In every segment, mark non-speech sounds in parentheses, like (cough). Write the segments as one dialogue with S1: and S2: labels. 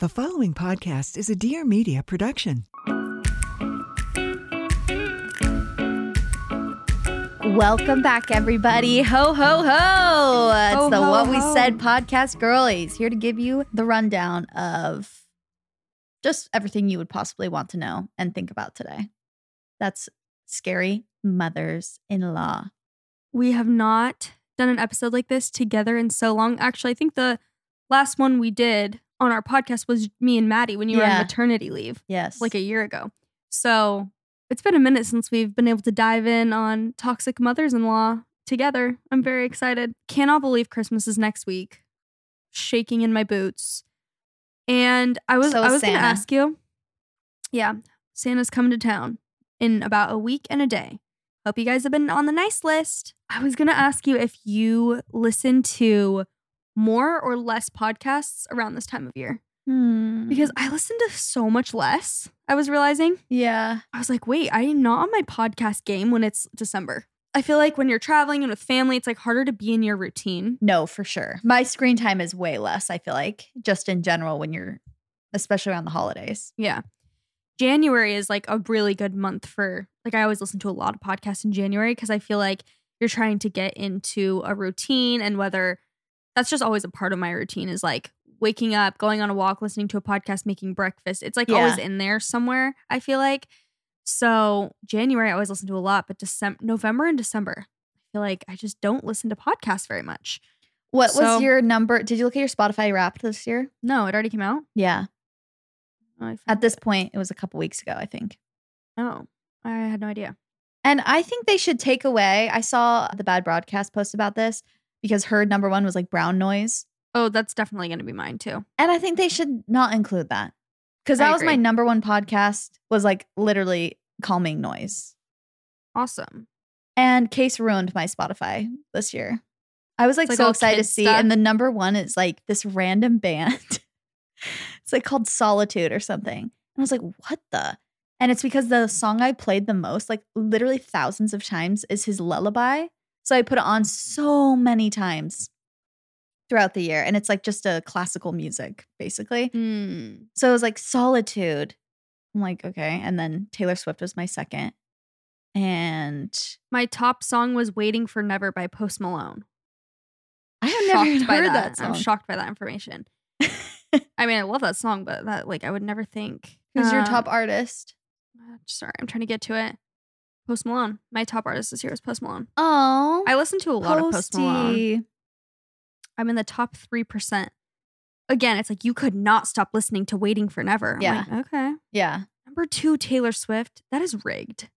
S1: The following podcast is a Dear Media production.
S2: Welcome back, everybody. Ho, ho, ho. It's
S3: Ho,
S2: the
S3: ho,
S2: What We
S3: ho.
S2: Said podcast girlies here to give you the rundown of just everything you would possibly want to know and think about today. That's scary mothers in law.
S3: We have not done an episode like this together in so long. Actually, I think the last one we did on our podcast was me and Maddie when you were
S2: Yeah.
S3: on maternity leave
S2: Yes.
S3: like a year ago. So it's been a minute since we've been able to dive in on toxic mothers in law together. I'm very excited. Cannot believe Christmas is next week. Shaking in my boots. And I was
S2: So
S3: I
S2: is
S3: was gonna
S2: Santa.
S3: ask you. Yeah, Santa's coming to town in about a week and a day. Hope you guys have been on the nice list. I was gonna ask you if you listen to more or less podcasts around this time of year
S2: Hmm.
S3: because I listened to so much less. I was realizing
S2: yeah.
S3: I was like, wait, I am not on my podcast game when it's December. I feel like when you're traveling and with family, it's like harder to be in your routine.
S2: No, for sure. My screen time is way less, I feel like, just in general when you're, especially around the holidays.
S3: Yeah. January is like a really good month for like I always listen to a lot of podcasts in January because I feel like you're trying to get into a routine and whether that's just always a part of my routine is like waking up, going on a walk, listening to a podcast, making breakfast. It's like
S2: Yeah.
S3: always in there somewhere, I feel like. So January I always listen to a lot, but December November and December, I feel like I just don't listen to podcasts very much.
S2: What
S3: So-
S2: was your number? Did you look at your Spotify wrapped this year?
S3: No, it already came out.
S2: Yeah.
S3: Oh, I
S2: At
S3: found
S2: this
S3: it.
S2: point, it was a couple weeks ago, I think.
S3: Oh. I had no idea.
S2: And I think they should take away. I saw the bad broadcast post about this because her number one was like brown noise.
S3: Oh, that's definitely gonna be mine too.
S2: And I think they should not include that. Because
S3: I
S2: that was my
S3: agree.
S2: number one podcast, was like literally calming noise.
S3: Awesome.
S2: And Case ruined my Spotify this year. I was like,
S3: like
S2: so
S3: all
S2: excited to
S3: kids
S2: see.
S3: stuff.
S2: And the number one is like this random band. (laughs) it's like called Solitude or something. And I was like, what the? And it's because the song I played the most, like literally thousands of times, is his lullaby. So I put it on so many times throughout the year. And it's like just a classical music, basically. So it was like Solitude. I'm like, okay. And then Taylor Swift was my second. And
S3: My top song was Waiting for Never by
S2: (laughs)
S3: Post Malone.
S2: I have never even
S3: by
S2: heard that, song.
S3: I'm shocked by
S2: (laughs)
S3: that information. I mean, I love that song, but that like I would never think.
S2: Who's your
S3: Um,
S2: top artist?
S3: uh, Sorry, I'm trying to get to it. Post Malone. My top artist this year is Post Malone.
S2: Oh,
S3: I listen to a lot of Post Malone.
S2: Posty.
S3: I'm in the top three percent. Again, it's like you could not stop listening to Waiting for Never. I'm
S2: Yeah.
S3: like, okay.
S2: Yeah,
S3: Number two, Taylor Swift. That is rigged.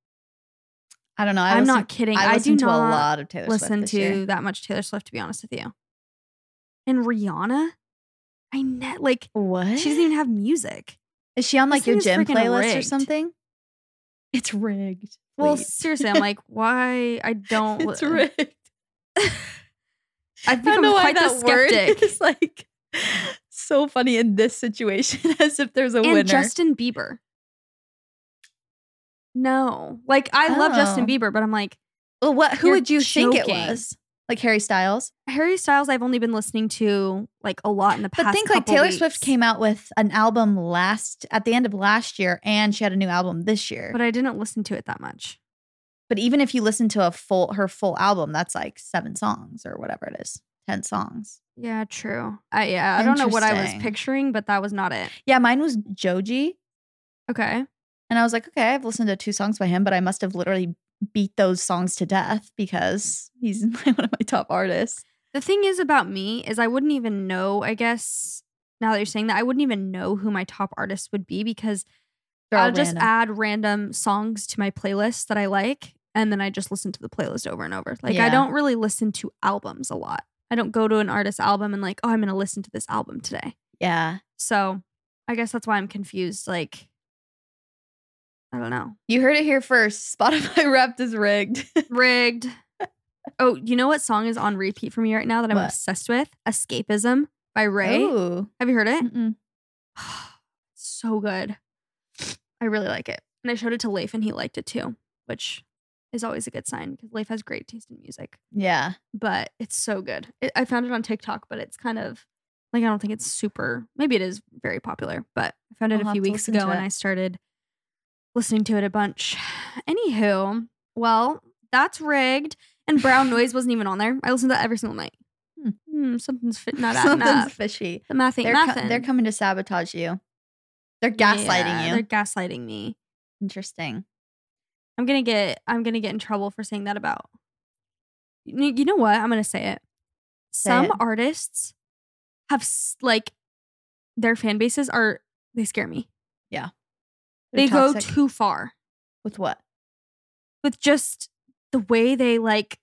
S2: I don't know. I
S3: I'm
S2: listen,
S3: not kidding.
S2: I,
S3: I, do
S2: listened to
S3: not
S2: a lot of Taylor
S3: listen
S2: Swift this
S3: to
S2: year.
S3: that much Taylor Swift, to be honest with you. And Rihanna, I net like
S2: What?
S3: she doesn't even have music.
S2: Is she on
S3: this
S2: like your
S3: thing
S2: gym
S3: is freaking
S2: playlist or
S3: rigged.
S2: something? It's rigged.
S3: Well,
S2: Wait. (laughs)
S3: seriously, I'm like, why? I don't.
S2: it's
S3: li-
S2: rigged.
S3: I've
S2: I don't
S3: become
S2: know why
S3: quite the
S2: that word (laughs)
S3: skeptic.
S2: is like so funny in this situation, (laughs) as if there's a
S3: and
S2: winner.
S3: Justin Bieber. No, like I love Justin
S2: Oh.
S3: Bieber, but I'm like
S2: well, what? Who
S3: You're
S2: would you think it
S3: joking.
S2: was? Like Harry Styles.
S3: Harry Styles. I've only been listening to like a lot in the past.
S2: But think like
S3: couple
S2: Taylor Swift
S3: weeks.
S2: came out with an album last at the end of last year, and she had a new album this year.
S3: but I didn't listen to it that much.
S2: But even if you listen to a full her full album, that's like seven songs or whatever it is, ten songs.
S3: Yeah, true. I yeah, I don't know what I was
S2: Interesting.
S3: picturing, but that was not it.
S2: Yeah, mine was Joji,
S3: Okay.
S2: and I was like, okay, I've listened to two songs by him, but I must have literally beat those songs to death because he's (laughs) my, one of my top artists.
S3: The thing is about me is I wouldn't even know, I guess, now that you're saying that, I wouldn't even know who my top artist would be because
S2: They're all
S3: I'll just
S2: random.
S3: add random songs to my playlist that I like and then I just listen to the playlist over and over. Like I
S2: Yeah.
S3: don't really listen to albums a lot. I don't go to an artist's album and like, oh, I'm going to listen to this album today.
S2: yeah,
S3: So, I guess that's why I'm confused like I don't know.
S2: you heard it here first. (laughs) Spotify Wrapped is rigged. (laughs)
S3: Rigged. Oh, you know what song is on repeat for me right now that I'm
S2: What?
S3: obsessed with? Escapism by Ray.
S2: Ooh.
S3: Have you heard it?
S2: Mm-mm.
S3: (sighs) so good. I really like it. And I showed it to Leif and he liked it too, which is always a good sign because Leif has great taste in music.
S2: Yeah.
S3: But it's so good. It, I found it on TikTok, but it's kind of Like I don't think it's super. Maybe it is very popular, but I found it
S2: I'll
S3: a few
S2: have to
S3: weeks
S2: listen to
S3: ago and
S2: it.
S3: I started listening to it a bunch. (sighs) Anywho, well, that's rigged.
S2: (laughs)
S3: And brown noise wasn't even on there. I listen to that every single night.
S2: Hmm.
S3: Hmm, something's
S2: (laughs)
S3: fit not adding
S2: Something's
S3: up.
S2: fishy.
S3: The math ain't
S2: They're, co-
S3: mathin'.
S2: they're coming to sabotage you. They're gaslighting
S3: Yeah,
S2: you.
S3: They're gaslighting me.
S2: Interesting.
S3: I'm gonna get I'm gonna get in trouble for saying that about. You kn- you know what? I'm gonna say it.
S2: Say
S3: Some
S2: it.
S3: artists have s- like their fan bases are they scare me.
S2: They're
S3: they go
S2: toxic.
S3: too far
S2: with what?
S3: with just the way they like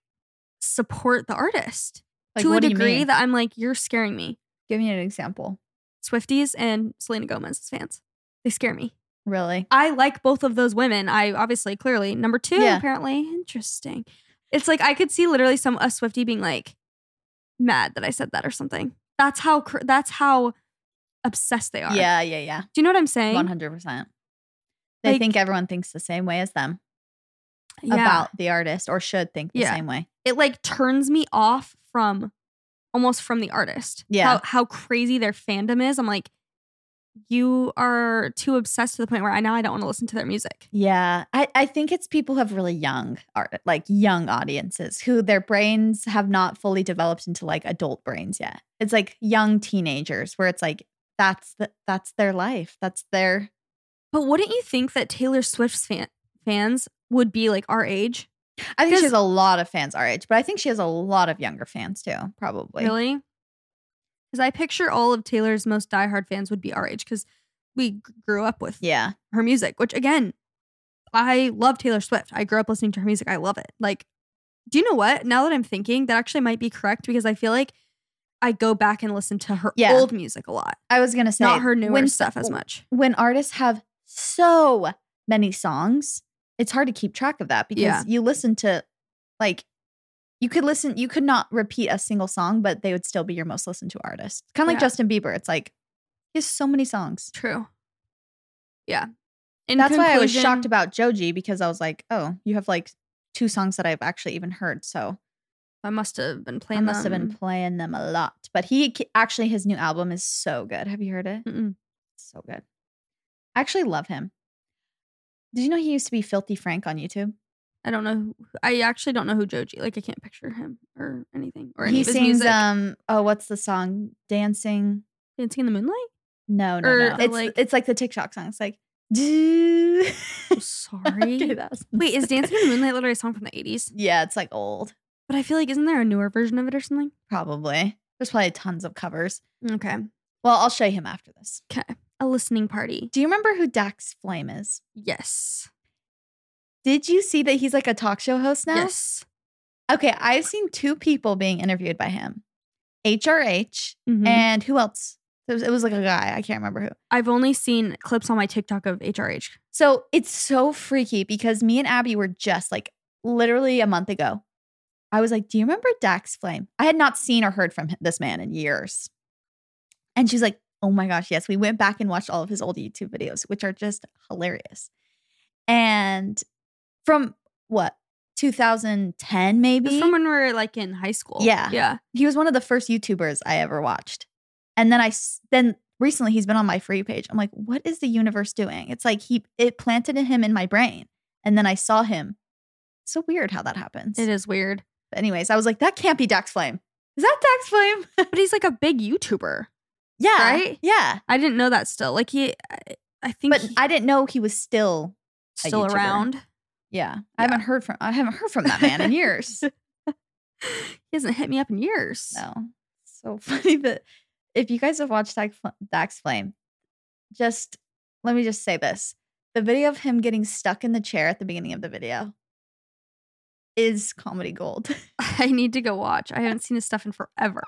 S3: support the artist
S2: Like,
S3: to
S2: what
S3: a
S2: do you
S3: degree
S2: mean?
S3: that I'm like you're scaring me.
S2: Give me an example.
S3: Swifties and Selena Gomez's fans. They scare me.
S2: Really?
S3: I like both of those women. I obviously, clearly, number two,
S2: Yeah.
S3: apparently, interesting. It's like I could see literally some a Swifty being like mad that I said that or something. That's how cr- that's how obsessed they are.
S2: Yeah, yeah, yeah.
S3: Do you know what I'm saying?
S2: One hundred percent. They
S3: Like-
S2: think everyone thinks the same way as them
S3: Yeah.
S2: about the artist, or should think the
S3: Yeah.
S2: same way.
S3: it, like turns me off from almost from the artist.
S2: Yeah.
S3: how, how crazy their fandom is. I'm like, you are too obsessed to the point where I now I don't want to listen to their music.
S2: Yeah, I, I think it's people who have really young art, like young audiences who their brains have not fully developed into like adult brains yet. It's like young teenagers where it's like that's the, that's their life. That's their
S3: But wouldn't you think that Taylor Swift's fan- fans would be like our age?
S2: I think she
S3: Because-
S2: has a lot of fans our age, but I think she has a lot of younger fans too, probably.
S3: Really? Because I picture all of Taylor's most diehard fans would be our age because we g- grew up with
S2: Yeah.
S3: her music, which again, I love Taylor Swift. I grew up listening to her music. I love it. Like, do you know what? Now that I'm thinking, that actually might be correct because I feel like I go back and listen to her
S2: Yeah.
S3: old music a lot,
S2: I was going to say
S3: not her newer
S2: when- Oh.
S3: stuff as much.
S2: When artists have so many songs, it's hard to keep track of that because
S3: Yeah.
S2: you listen to like you could listen you could not repeat a single song, but they would still be your most listened to artist. Kind of like
S3: Yeah.
S2: Justin Bieber. It's like he has so many songs.
S3: True. Yeah. In
S2: That's why I was
S3: conclusion-
S2: shocked about Joji because I was like, oh, you have like two songs that I've actually even heard. So
S3: I must have been
S2: I
S3: playing.
S2: must have been
S3: them.
S2: playing them a lot. But he c- actually, his new album is so good. Have you heard it?
S3: Mm-mm.
S2: It's so good. I actually love him. Did you know he used to be Filthy Frank on YouTube?
S3: I don't know. who- I actually don't know who Joji. Like I can't picture him or anything or any
S2: he
S3: of his
S2: sings,
S3: music.
S2: um, oh, what's the song? Dancing.
S3: Dancing in the moonlight.
S2: (laughs) No, no,
S3: Or
S2: no.
S3: the,
S2: It's
S3: like-
S2: like, it's like the TikTok song. It's like, do. (laughs)
S3: Oh, sorry.
S2: Okay, that was-
S3: Wait, is Dancing in the
S2: (laughs)
S3: Moonlight literally a song from the 80s?
S2: Yeah, it's like old,
S3: But I feel like isn't there a newer version of it or something?
S2: probably. There's probably tons of covers.
S3: Okay.
S2: Well, I'll show you him after this.
S3: A listening party.
S2: Do you remember who Dax Flame is?
S3: Yes.
S2: Did you see that he's like a talk show host now?
S3: Yes.
S2: Okay, I've seen two people being interviewed by him HRH
S3: Mhm.
S2: and who else? It was, it was like a guy. I can't remember who.
S3: I've only seen clips on my TikTok of HRH.
S2: So it's so freaky because me and Abby were just like literally a month ago. I was like, Do you remember Dax Flame? I had not seen or heard from h- this man in years. And she's like, Oh my gosh, yes. We went back and watched all of his old YouTube videos, which are just hilarious. And from what, 2010
S3: It
S2: maybe?
S3: was from when we were like in high school.
S2: Yeah.
S3: Yeah.
S2: he was one of the first YouTubers I ever watched. And then I s- then recently he's been on my free page. I'm like, what is the universe doing? It's like he it planted in him in my brain, and then I saw him. so weird how that happens.
S3: It is weird.
S2: (laughs) But anyways, I was like, that can't be Dax Flame. Is that Dax Flame?
S3: But he's like a big YouTuber.
S2: (laughs) yeah,
S3: Right?
S2: Yeah.
S3: I didn't know that still. Like he I, I think
S2: But
S3: he-
S2: I didn't know he was still.
S3: still
S2: YouTuber.
S3: around.
S2: Yeah, I haven't heard from I haven't heard from that man (laughs) in years.
S3: (laughs) He hasn't hit me up in years.
S2: No. So (laughs) funny that if you guys have watched Dax, Fl- Dax Flame, just let me just say this. The video of him getting stuck in the chair at the beginning of the video is comedy gold.
S3: (laughs)
S2: (laughs)
S3: I need to go watch. I haven't seen his stuff in forever.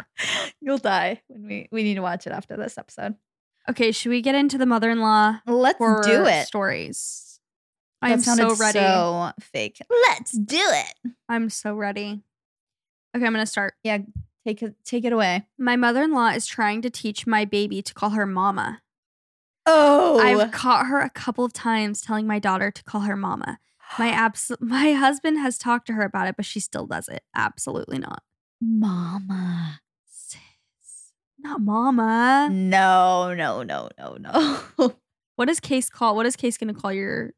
S2: You'll die when we we need to watch it after this episode.
S3: Okay, should we get into the mother-in-law
S2: Let's
S3: horror
S2: do it.
S3: stories?
S2: That
S3: I'm so
S2: sounded
S3: ready.
S2: So fake. Let's do it.
S3: I'm so ready. Okay, I'm gonna start.
S2: Take it take it away.
S3: My mother-in-law is trying to teach my baby to call her mama.
S2: Oh,
S3: I've caught her a couple of times telling my daughter to call her mama.
S2: (gasps)
S3: My abs- my husband has talked to her about it, but she still does it. Absolutely not.
S2: mama.
S3: Sis, Not mama.
S2: No, no, no, no, no. (laughs)
S3: What is Case call? What is Case gonna call your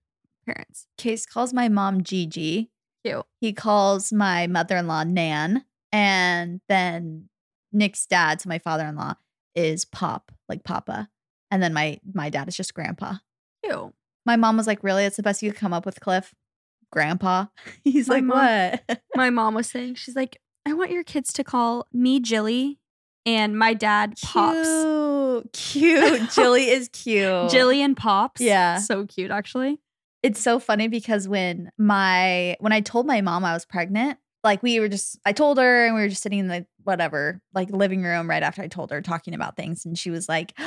S3: parents?
S2: Case calls my mom Gigi.
S3: Cute.
S2: He calls my mother in law Nan. And then Nick's dad, so my father in law, is Pop, like Papa. And then my my dad is just grandpa.
S3: Cute.
S2: My mom was like, Really? It's the best you could come up with, Cliff? Grandpa. (laughs) He's
S3: My
S2: like,
S3: mom-
S2: What?
S3: My mom was saying she's like, I want your kids to call me Jilly, and my dad Pops.
S2: (laughs) Cute. Cute. Jilly
S3: (laughs)
S2: is cute.
S3: Jilly and Pops.
S2: Yeah.
S3: So cute, actually.
S2: It's so funny because when my when I told my mom I was pregnant, like we were just I told her and we were just sitting in the whatever, like living room right after I told her talking about things and she was like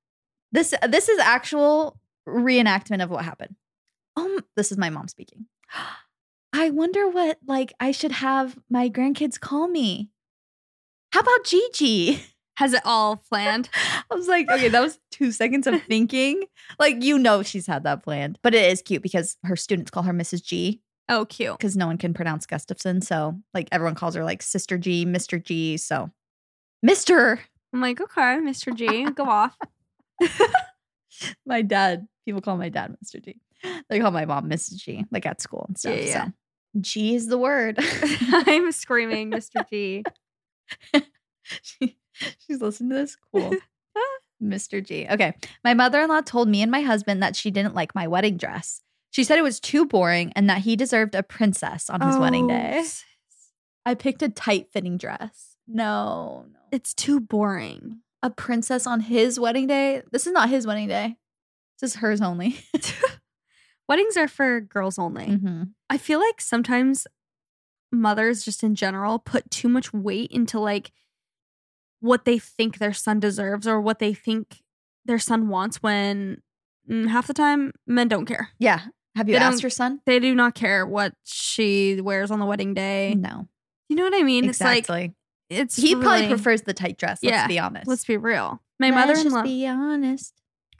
S2: (gasps) this this is actual reenactment of what happened. Um this is my mom speaking. (gasps) I wonder what like I should have my grandkids call me. How about Gigi?
S3: Has it all planned?
S2: I was like, okay, that was two seconds of thinking. Like, you know, she's had that planned, but it is cute because her students call her Mrs. G
S3: oh, cute.
S2: because no one can pronounce Gustafson. So, like, everyone calls her like Sister G, Mr. G. So, Mr.
S3: I'm like, okay, Mr. G, go off. (laughs)
S2: My dad, people call my dad Mr. G. They call my mom Mrs. G, like at school and stuff.
S3: Yeah, yeah.
S2: So, G is the word. (laughs)
S3: I'm screaming, Mr. G.
S2: (laughs) she, she's listening to this.
S3: (laughs)
S2: Cool. Mr. G. Okay. My mother in law told me and my husband that she didn't like my wedding dress. She said it was too boring and that he deserved a princess on (laughs) his wedding
S3: Oh,
S2: day.
S3: s-
S2: I picked a tight fitting dress. No, no.
S3: It's too boring.
S2: A princess on his wedding day? This is not his wedding day. This is hers only.
S3: Weddings are for girls only.
S2: Mhm.
S3: I feel like sometimes mothers just in general put too much weight into like what they think their son deserves or what they think their son wants when mm, half the time men don't care.
S2: Yeah. Have you
S3: They
S2: asked
S3: don't-
S2: your son?
S3: They do not care what she wears on the wedding day.
S2: No.
S3: You know what I mean? It's like
S2: Mm. Exactly.
S3: it's
S2: he probably
S3: really-
S2: prefers the tight dress. Let's
S3: Yeah.
S2: be honest.
S3: Let's be real. My
S2: Let's
S3: mother-in-law
S2: just be honest.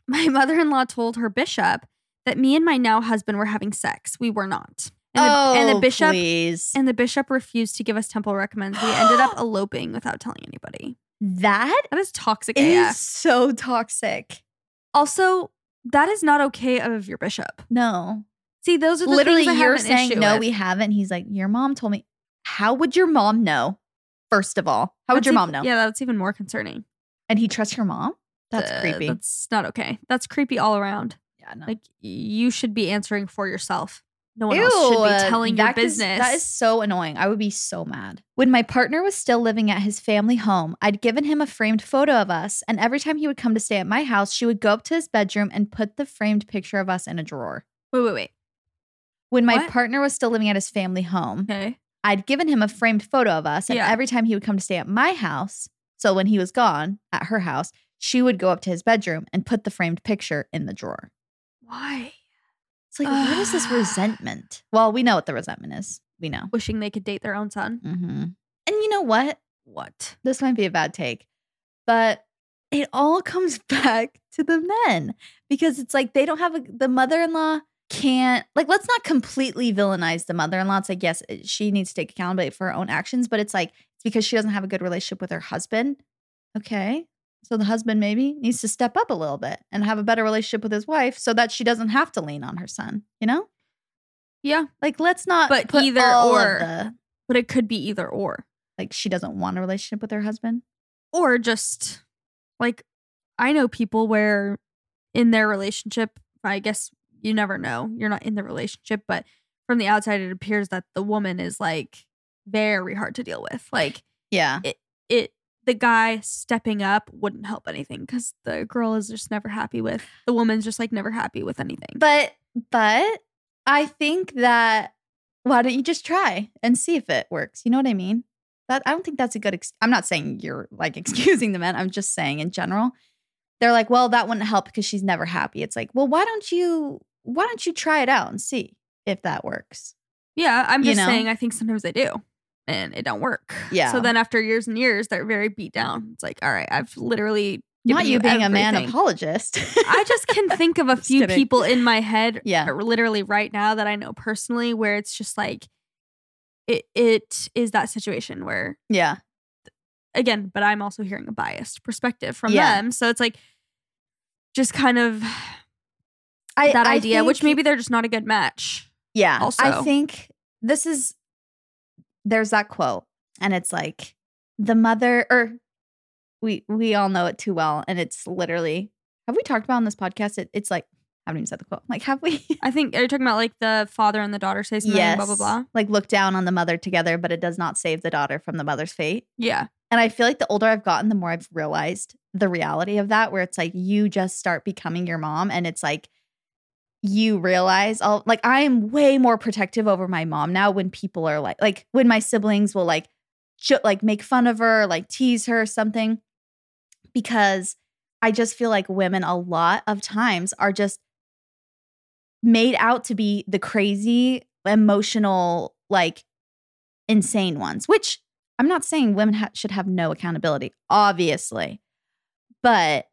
S3: my mother-in-law told her bishop that me and my now husband were having sex. We were not. And the, and the bishop
S2: Oh, Please.
S3: and the bishop refused to give us temple recommends. We
S2: (gasps)
S3: ended up eloping without telling anybody.
S2: that
S3: That is toxic
S2: is
S3: AF.
S2: so toxic.
S3: Also, that is not okay of your bishop.
S2: No.
S3: See, those are the
S2: Literally,
S3: things I
S2: you're
S3: have an
S2: saying
S3: issue
S2: no,
S3: with.
S2: we haven't. He's like, your mom told me. How would your mom know? First of all, how would
S3: That's
S2: your mom
S3: even-
S2: know?
S3: Yeah, that's even more concerning.
S2: And he trusts your mom? That's
S3: Uh,
S2: creepy.
S3: That's not okay. That's creepy all around.
S2: yeah, no.
S3: Like you should be answering for yourself. No one else should be
S2: Ew,
S3: telling your
S2: that is-
S3: business.
S2: that is so annoying. I would be so mad. When my partner was still living at his family home, I'd given him a framed photo of us, and every time he would come to stay at my house, she would go up to his bedroom and put the framed picture of us in a drawer.
S3: wait, wait, wait.
S2: When my
S3: What?
S2: partner was still living at his family home,
S3: Okay.
S2: I'd given him a framed photo of us, and
S3: Yeah.
S2: every time he would come to stay at my house, so when he was gone at her house, she would go up to his bedroom and put the framed picture in the drawer.
S3: Why?
S2: It's like, what is this
S3: Ah.
S2: resentment? Well, we know what the resentment is. We know.
S3: Wishing they could date their own son.
S2: hmm And you know what?
S3: What?
S2: This might be a bad take, but it all (laughs) comes back to the men because it's like they don't have a, the mother in law can't, like, let's not completely villainize the mother in law. It's like, yes, it- she needs to take accountability for her own actions, but it's like, it's because she doesn't have a good relationship with her husband. Okay. So the husband maybe needs to step up a little bit and have a better relationship with his wife so that she doesn't have to lean on her son, you know?
S3: Yeah,
S2: Like, let's not
S3: But
S2: put
S3: either
S2: all of
S3: or.
S2: the-
S3: but it could be either or.
S2: like she doesn't want a relationship with her husband.
S3: or just like I know people where in their relationship, I guess you never know. You're not in the relationship, but from the outside, it appears that the woman is like very hard to deal with. Like
S2: Yeah.
S3: it, the guy stepping up wouldn't help anything because the girl is just never happy with the woman's just like never happy with anything.
S2: But but I think that why don't you just try and see if it works? You know what I mean? That I don't think that's a good ex- I'm not saying you're like (laughs) excusing the men. I'm just saying in general. They're like, "Well, that wouldn't help because she's never happy." It's like, "Well, why don't you why don't you try it out and see if that works?"
S3: yeah, I'm
S2: You
S3: just
S2: know?
S3: saying. I think sometimes they do. And it don't work.
S2: Yeah.
S3: So then after years and years, they're very beat down. It's like, all right, I've literally given
S2: not you being a man
S3: everything.
S2: apologist.
S3: I just can think of a
S2: Just
S3: few
S2: kidding.
S3: people in my head,
S2: (laughs) Yeah.
S3: uh, literally right now that I know personally, where it's just like, it it is that situation where
S2: yeah.
S3: again, but I'm also hearing a biased perspective from
S2: Yeah.
S3: them. So it's like just kind of
S2: I,
S3: that
S2: I
S3: idea, which
S2: think-
S3: maybe they're just not a good match.
S2: Yeah. I
S3: also.
S2: think this is there's that quote and it's like the mother or we we all know it too well and it's literally have we talked about on this podcast it, it's like I haven't even said the quote. Like have we (laughs)
S3: I think are you talking about like the father and the daughter say something, blah blah blah.
S2: Like look down on the mother together but it does not save the daughter from the mother's fate.
S3: Yeah.
S2: And I feel like the older I've gotten, the more I've realized the reality of that, where it's like you just start becoming your mom and it's like you realize all like I am way more protective over my mom now when people are like like when my siblings will like ju- like make fun of her, like tease her or something. Because I just feel like women a lot of times are just made out to be the crazy, emotional, like insane ones, which I'm not saying women ha- should have no accountability, obviously, but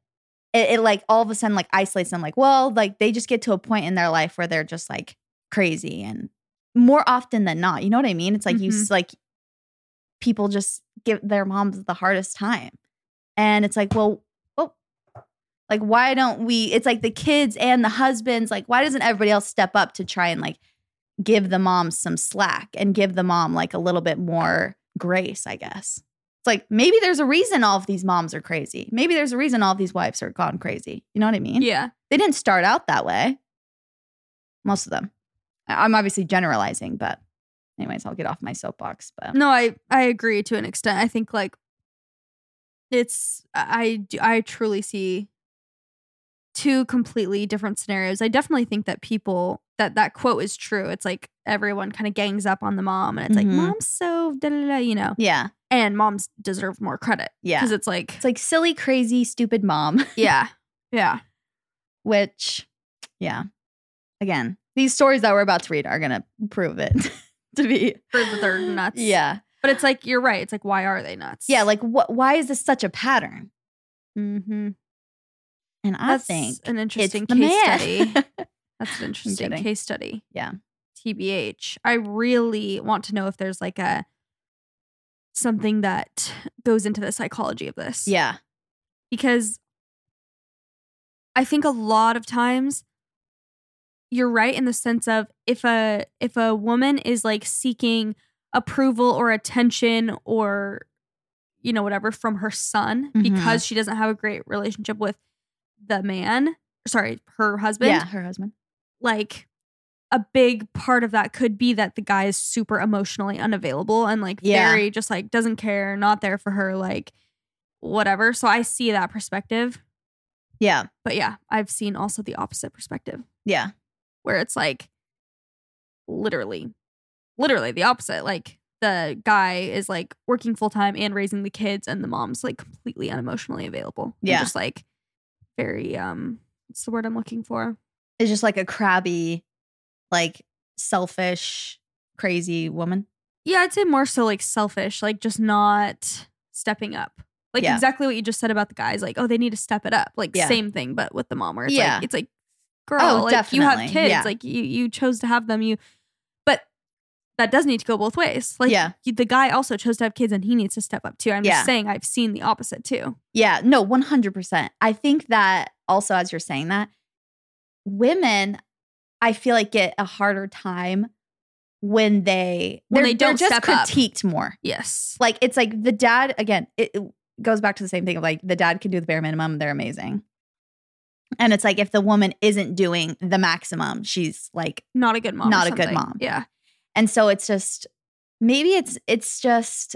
S2: it, it like all of a sudden like isolates them. Like, well, like they just get to a point in their life where they're just like crazy and more often than not, you know what I mean? It's like you s- like people just give their moms the hardest time, and it's like, well, oh, like why don't we? It's like the kids and the husbands. Like, why doesn't everybody else step up to try and like give the mom some slack and give the mom like a little bit more grace, I guess. It's like maybe there's a reason all of these moms are crazy. Maybe there's a reason all of these wives are gone crazy. You know what I mean?
S3: Yeah.
S2: They didn't start out that way. Most of them. I- I'm obviously generalizing, but anyways, I'll get off my soapbox. But
S3: No, I I agree to an extent. I think like it's I do- I truly see two completely different scenarios. I definitely think that people that that quote is true. It's like everyone kind of gangs up on the mom and it's
S2: Mhm.
S3: like mom's so da da da, you know.
S2: yeah,
S3: And moms deserve more credit
S2: yeah.
S3: because it's like
S2: It's (laughs) like silly, crazy, stupid mom.
S3: yeah. Yeah.
S2: which yeah again these stories that we're about to read are gonna prove it (laughs) to be
S3: Prove that they're nuts.
S2: yeah
S3: But it's like you're right. It's like why are they nuts?
S2: yeah like what why is this such a pattern
S3: mm-hmm.
S2: and i
S3: That's
S2: think
S3: an
S2: it's
S3: interesting
S2: the
S3: case
S2: man.
S3: study. That's an interesting
S2: kidding.
S3: case study.
S2: Yeah.
S3: TBH. I really want to know if there's like a something that goes into the psychology of this.
S2: (laughs) yeah
S3: Because I think a lot of times you're right in the sense of if a if a woman is like seeking approval or attention or you know whatever from her son
S2: Mhm.
S3: because she doesn't have a great relationship with the man, sorry, her husband
S2: yeah her husband
S3: like a big part of that could be that the guy is super emotionally unavailable and like
S2: Yeah.
S3: very just like doesn't care, not there for her, like whatever. So I see that perspective.
S2: yeah
S3: But yeah, I've seen also the opposite perspective
S2: yeah
S3: where it's like literally, literally the opposite. Like the guy is like working full time and raising the kids, and the mom's like completely unemotionally available. and
S2: Yeah.
S3: Just like very, um, what's the word I'm looking for?
S2: it's just like a crabby like selfish crazy woman
S3: Yeah, I'd say more so like selfish, like just not stepping up. Like
S2: Yeah.
S3: exactly what you just said about the guys, like, oh, they need to step it up. Like
S2: Yeah.
S3: same thing, but with the mom where it's
S2: Yeah.
S3: like it's like, girl,
S2: Oh,
S3: like you have
S2: definitely.
S3: kids.
S2: Yeah.
S3: Like you you chose to have them. You but that does need to go both ways. Like
S2: Yeah.
S3: you- the guy also chose to have kids and he needs to step up too. I'm
S2: Yeah.
S3: just saying I've seen the opposite too.
S2: Yeah, no, 100%. I think that also, as you're saying that, women, I feel like get a harder time when they
S3: When
S2: they're-
S3: they
S2: they're
S3: don't
S2: just
S3: step up.
S2: critiqued more.
S3: Yes.
S2: Like it's like the dad again. It, it goes back to the same thing of like the dad can do the bare minimum. They're amazing. And it's like if the woman isn't doing the maximum, she's like
S3: Not a good mom. or
S2: Not a good
S3: something.
S2: mom.
S3: Yeah.
S2: and so it's just maybe it's it's just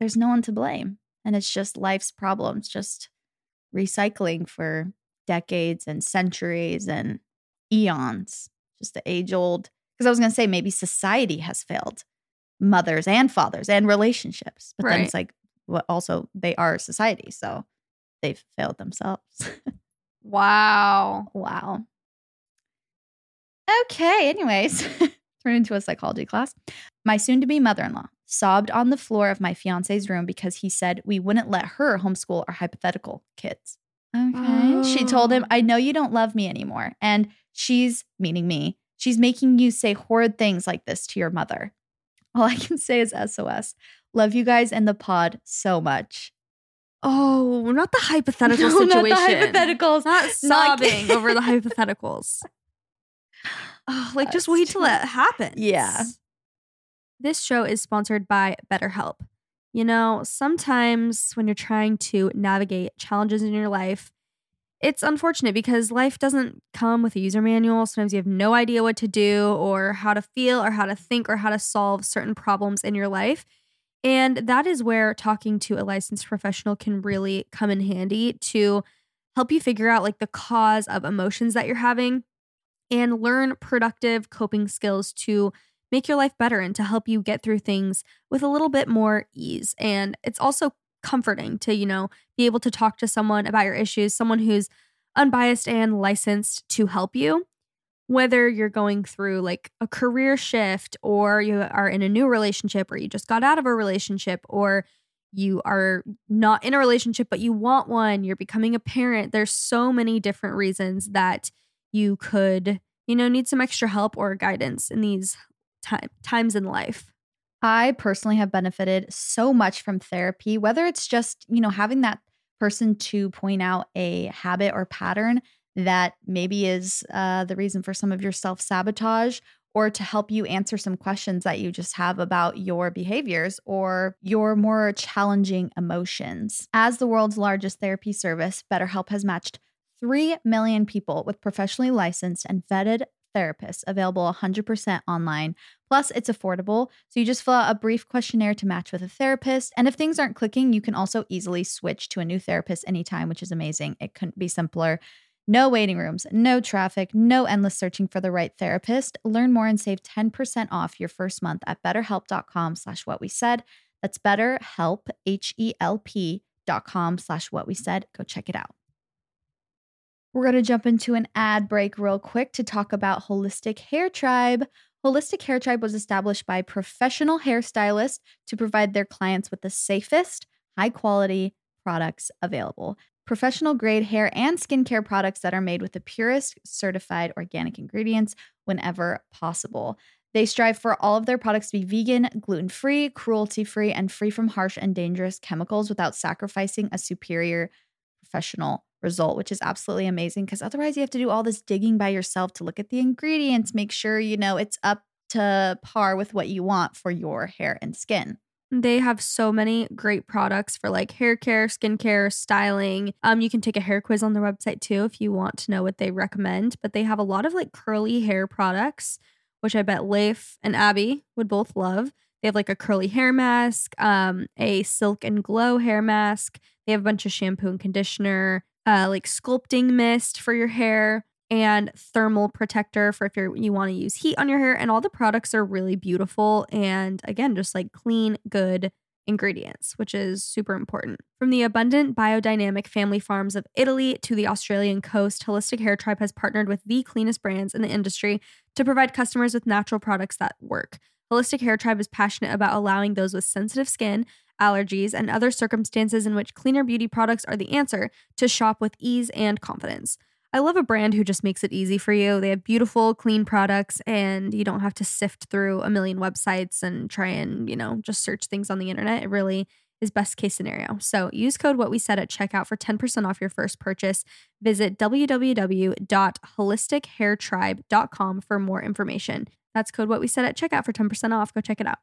S2: there's no one to blame and it's just life's problems just recycling for decades and centuries and eons just the age old because i was going to say maybe society has failed mothers and fathers and relationships but then it's like well, also they are society so they've failed themselves
S3: Wow.
S2: Wow. Okay, anyways, (laughs) turned into a psychology class. My soon to be mother in law sobbed on the floor of my fiance's room because he said we wouldn't let her homeschool our hypothetical kids. Okay. She told him,
S3: Oh.
S2: I know you don't love me anymore. And she's, meaning me, she's making you say horrid things like this to your mother. All I can say is SOS. Love you guys and the pod so much. (laughs)
S3: Oh, not the hypothetical
S2: No,
S3: situation.
S2: Not the hypotheticals.
S3: Not
S2: (laughs) Not-
S3: sobbing over
S2: (laughs)
S3: the hypotheticals. Oh, (sighs) like just
S2: That's
S3: wait
S2: too
S3: till it happens.
S2: Yeah.
S3: This show is sponsored by BetterHelp. You know, sometimes when you're trying to navigate challenges in your life, it's unfortunate because life doesn't come with a user manual. Sometimes you have no idea what to do or how to feel or how to think or how to solve certain problems in your life. And that is where talking to a licensed professional can really come in handy to help you figure out like the cause of emotions that you're having and learn productive coping skills to make your life better and to help you get through things with a little bit more ease. And it's also comforting to, you know, be able to talk to someone about your issues, someone who's unbiased and licensed to help you. Whether you're going through like a career shift or you are in a new relationship or you just got out of a relationship or you are not in a relationship but you want one, you're becoming a parent, there's so many different reasons that you could, you know, need some extra help or guidance in these time, times in life.
S2: I personally have benefited so much from therapy, whether it's just, you know, having that person to point out a habit or pattern that maybe is uh, the reason for some of your self sabotage or to help you answer some questions that you just have about your behaviors or your more challenging emotions. As the world's largest therapy service, BetterHelp has matched 3 million people with professionally licensed and vetted therapists available 100% online. Plus, it's affordable, so you just fill out a brief questionnaire to match with a therapist. And if things aren't clicking, you can also easily switch to a new therapist anytime, which is amazing. It couldn't be simpler. No waiting rooms, no traffic, no endless searching for the right therapist. Learn more and save 10% off your first month at betterhelp.com slash what we said. That's betterhelp, H-E-L-P dot com slash what we said. Go check it out. We're going to jump into an ad break real quick to talk about Holistic Hair Tribe. Holistic Hair Tribe was established by professional hairstylists to provide their clients with the safest, high quality products available. Professional grade hair and skincare products that are made with the purest certified organic ingredients whenever possible. They strive for all of their products to be vegan, gluten free, cruelty free, and free from harsh and dangerous chemicals without sacrificing a superior professional result, which is absolutely amazing because otherwise you have to do all this digging by yourself to look at the ingredients, make sure you know it's up to par with what you want for your hair and skin.
S3: They have so many great products for like hair care, skincare, styling. Um, you can take a hair quiz on their website too if you want to know what they recommend. But they have a lot of like curly hair products, which I bet Leif and Abby would both love. They have like a curly hair mask, um, a silk and glow hair mask. They have a bunch of shampoo and conditioner, uh, like sculpting mist for your hair, and thermal protector for if you're, you want to use heat on your hair. And all the products are really beautiful and again, just like clean, good ingredients, which is super important. From the abundant biodynamic family farms of Italy to the Australian coast, Holistic Hair Tribe has partnered with the cleanest brands in the industry to provide customers with natural products that work. Holistic Hair Tribe is passionate about allowing those with sensitive skin, allergies, and other circumstances in which cleaner beauty products are the answer to shop with ease and confidence. I love a brand who just makes it easy for you. They have beautiful, clean products, and you don't have to sift through a million websites and try and, you know, just search things on the internet. It really is best case scenario. So use code what we said at checkout for 10% off your first purchase. Visit www.holistichairtribe.com for more information. That's code what we said at checkout for 10% off. Go check it out.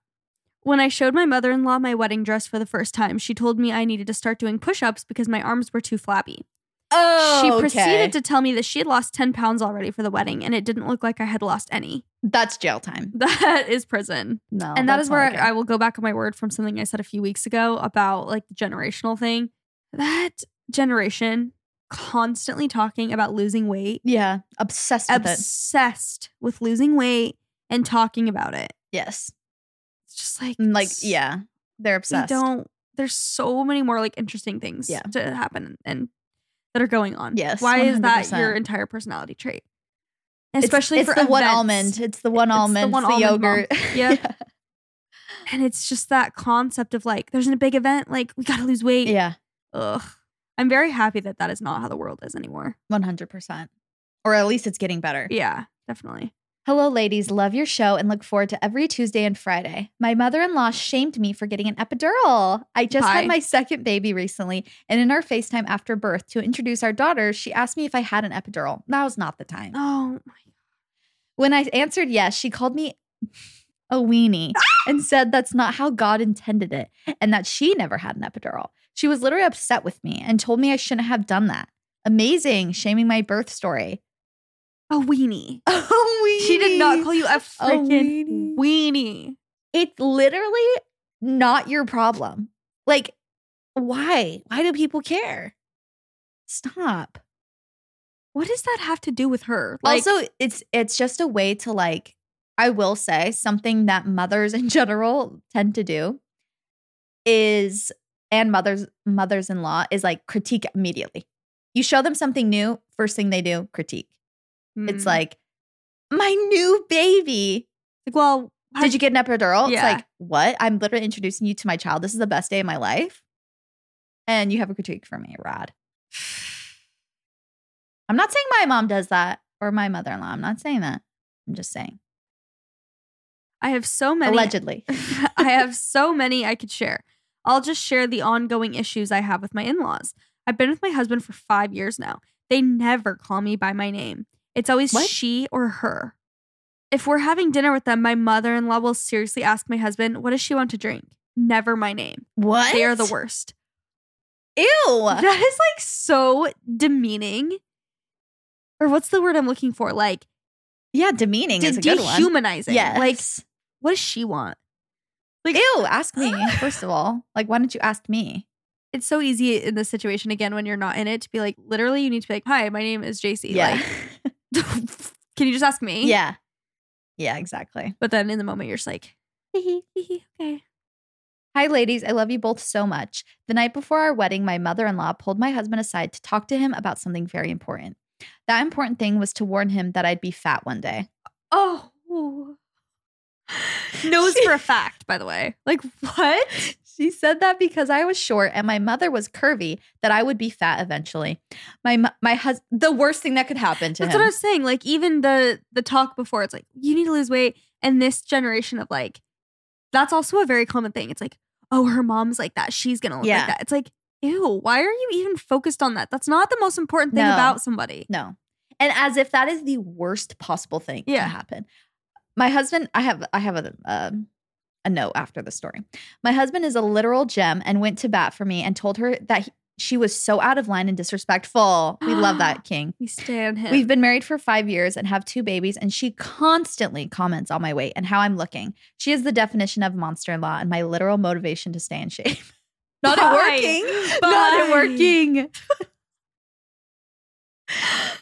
S3: When I showed my mother in law my wedding dress for the first time, she told me I needed to start doing push ups because my arms were too flabby. she
S2: Oh,
S3: proceeded to tell me that she had lost 10 pounds already for the wedding and it didn't look like I had lost any. (laughs)
S2: That's jail time.
S3: That is prison.
S2: No,
S3: and that is where I
S2: I
S3: will go back on my word from something I said a few weeks ago about like the generational thing. That generation constantly talking about losing weight,
S2: yeah obsessed with it.
S3: obsessed with losing weight and talking about it.
S2: Yes,
S3: It's just like
S2: And, like
S3: s-
S2: yeah, they're
S3: We
S2: obsessed.
S3: don't. There's so many more like interesting things
S2: Yeah.
S3: to happen and that are going on.
S2: Yes,
S3: Why is that
S2: 100%.
S3: your entire personality trait?
S2: It's-
S3: Especially
S2: it's
S3: for
S2: the one
S3: events.
S2: almond. It's the one
S3: It's the
S2: almond.
S3: one
S2: It's the,
S3: almond mom.
S2: yogurt. (laughs)
S3: Yep. And it's just that concept of like, there's a big event, like we gotta lose weight.
S2: yeah,
S3: Ugh. I'm very happy that that is not how the world is anymore.
S2: one hundred percent. Or at least it's getting better.
S3: Yeah, definitely.
S2: Hello, ladies. Love your show and look forward to every Tuesday and Friday. My mother in law shamed me for getting an epidural. I just
S3: Bye.
S2: had my second baby recently, and in our FaceTime after birth to introduce our daughter, she asked me if I had an epidural. Now is not the time.
S3: Oh, my-
S2: When I answered yes, she called me a
S3: (laughs)
S2: weenie and said that's not how God intended it and that she never had an epidural. She was literally upset with me and told me I shouldn't have done that. Amazing, shaming my birth story.
S3: (laughs) a weenie.
S2: Oh,
S3: She did not call you
S2: (laughs)
S3: a
S1: weenie.
S3: freaking weenie.
S2: It's literally not your problem. Like, why? Why do people care? Stop.
S3: What does that have to do with her?
S2: also, it's it's just a way to like I will say something that mothers in (laughs) general tend to do is and mothers mothers-in-law is like critique immediately. You show them something new, first thing they do, critique. It's
S3: Mm.
S2: like my new baby.
S3: Like, well, how-
S2: Did you get an epidural?
S3: Yeah.
S2: It's like, what? I'm literally introducing you to my child. This is the best day of my life. And you have a critique for me, Rod. (sighs) I'm not saying my mom does that or my mother in law. I'm not saying that. I'm just saying.
S3: I have so many.
S2: Allegedly.
S3: (laughs) I have so many I could share. I'll just share the ongoing issues I have with my in laws. I've been with my husband for five years now. They never call me by my name, it's always
S2: What?
S3: she or her. If we're having dinner with them, my mother in law will seriously ask my husband, What does she want to drink? Never my name.
S2: What?
S3: They are the worst.
S2: Ew.
S3: That is like so demeaning. Or what's the word I'm looking for? Like
S2: Yeah, demeaning
S3: de-
S2: is a good one.
S3: dehumanizing.
S2: Yes.
S3: Like, what does she want?
S2: like,
S3: uh,
S2: ew, ask
S3: (gasps)
S2: me, first of all. Like, why don't you ask me?
S3: it's so easy in this situation again when you're not in it to be like literally you need to be like hi my name is JC
S2: Yeah.
S3: like (laughs) can you just ask me
S2: (laughs) yeah. Yeah, exactly.
S3: but then in the moment you're just like hee hee, hee hee, okay
S2: Hi, ladies. I love you both so much. The night before our wedding, my mother in law pulled my husband aside to talk to him about something very important. That important thing was to warn him that I'd be fat one day. (laughs)
S3: oh ooh. (laughs) knows for
S2: (laughs)
S3: a fact by the way like (laughs) what
S2: She said that because I was short and my mother was curvy, that I would be fat eventually. My mu- my husband, the worst thing that could happen to
S3: that's
S2: him.
S3: what I was saying like even the the talk before it's like you need to lose weight and this generation of like that's also a very common thing it's like oh her mom's like that she's gonna look
S2: Yeah.
S3: like that it's like ew why are you even focused on that that's not the most important thing
S2: No.
S3: about somebody
S2: No. And as if that is the worst possible thing
S3: Yeah.
S2: to happen. My husband, I have I have a um, a note after the story. My husband is a literal gem and went to bat for me and told her that he- she was so out of line and disrespectful. We love that, King.
S3: We stand him.
S2: We've been married for five years and have two babies, and she constantly comments on my weight and how I'm looking. She is the definition of monster in law and my literal motivation to stay in shape. (laughs) Not it
S3: Bye.
S2: working. Not it
S3: Bye.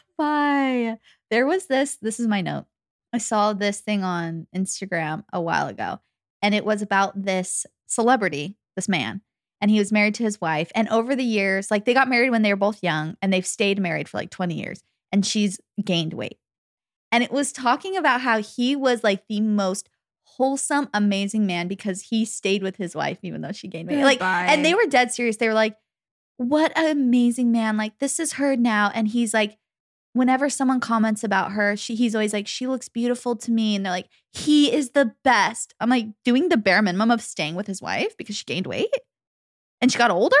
S2: working. (laughs) Bye. There was this. This is my note. I saw this thing on Instagram a while ago, and it was about this celebrity, this man, and he was married to his wife. And over the years, like they got married when they were both young, and they've stayed married for like 20 years, and she's gained weight. And it was talking about how he was like the most wholesome, amazing man because he stayed with his wife, even though she gained weight. Like, and they were dead serious. They were like, what an amazing man. Like, this is her now. And he's like, whenever someone comments about her, she he's always like, she looks beautiful to me. And they're like, he is the best. I'm like, doing the bare minimum of staying with his wife because she gained weight and she got older?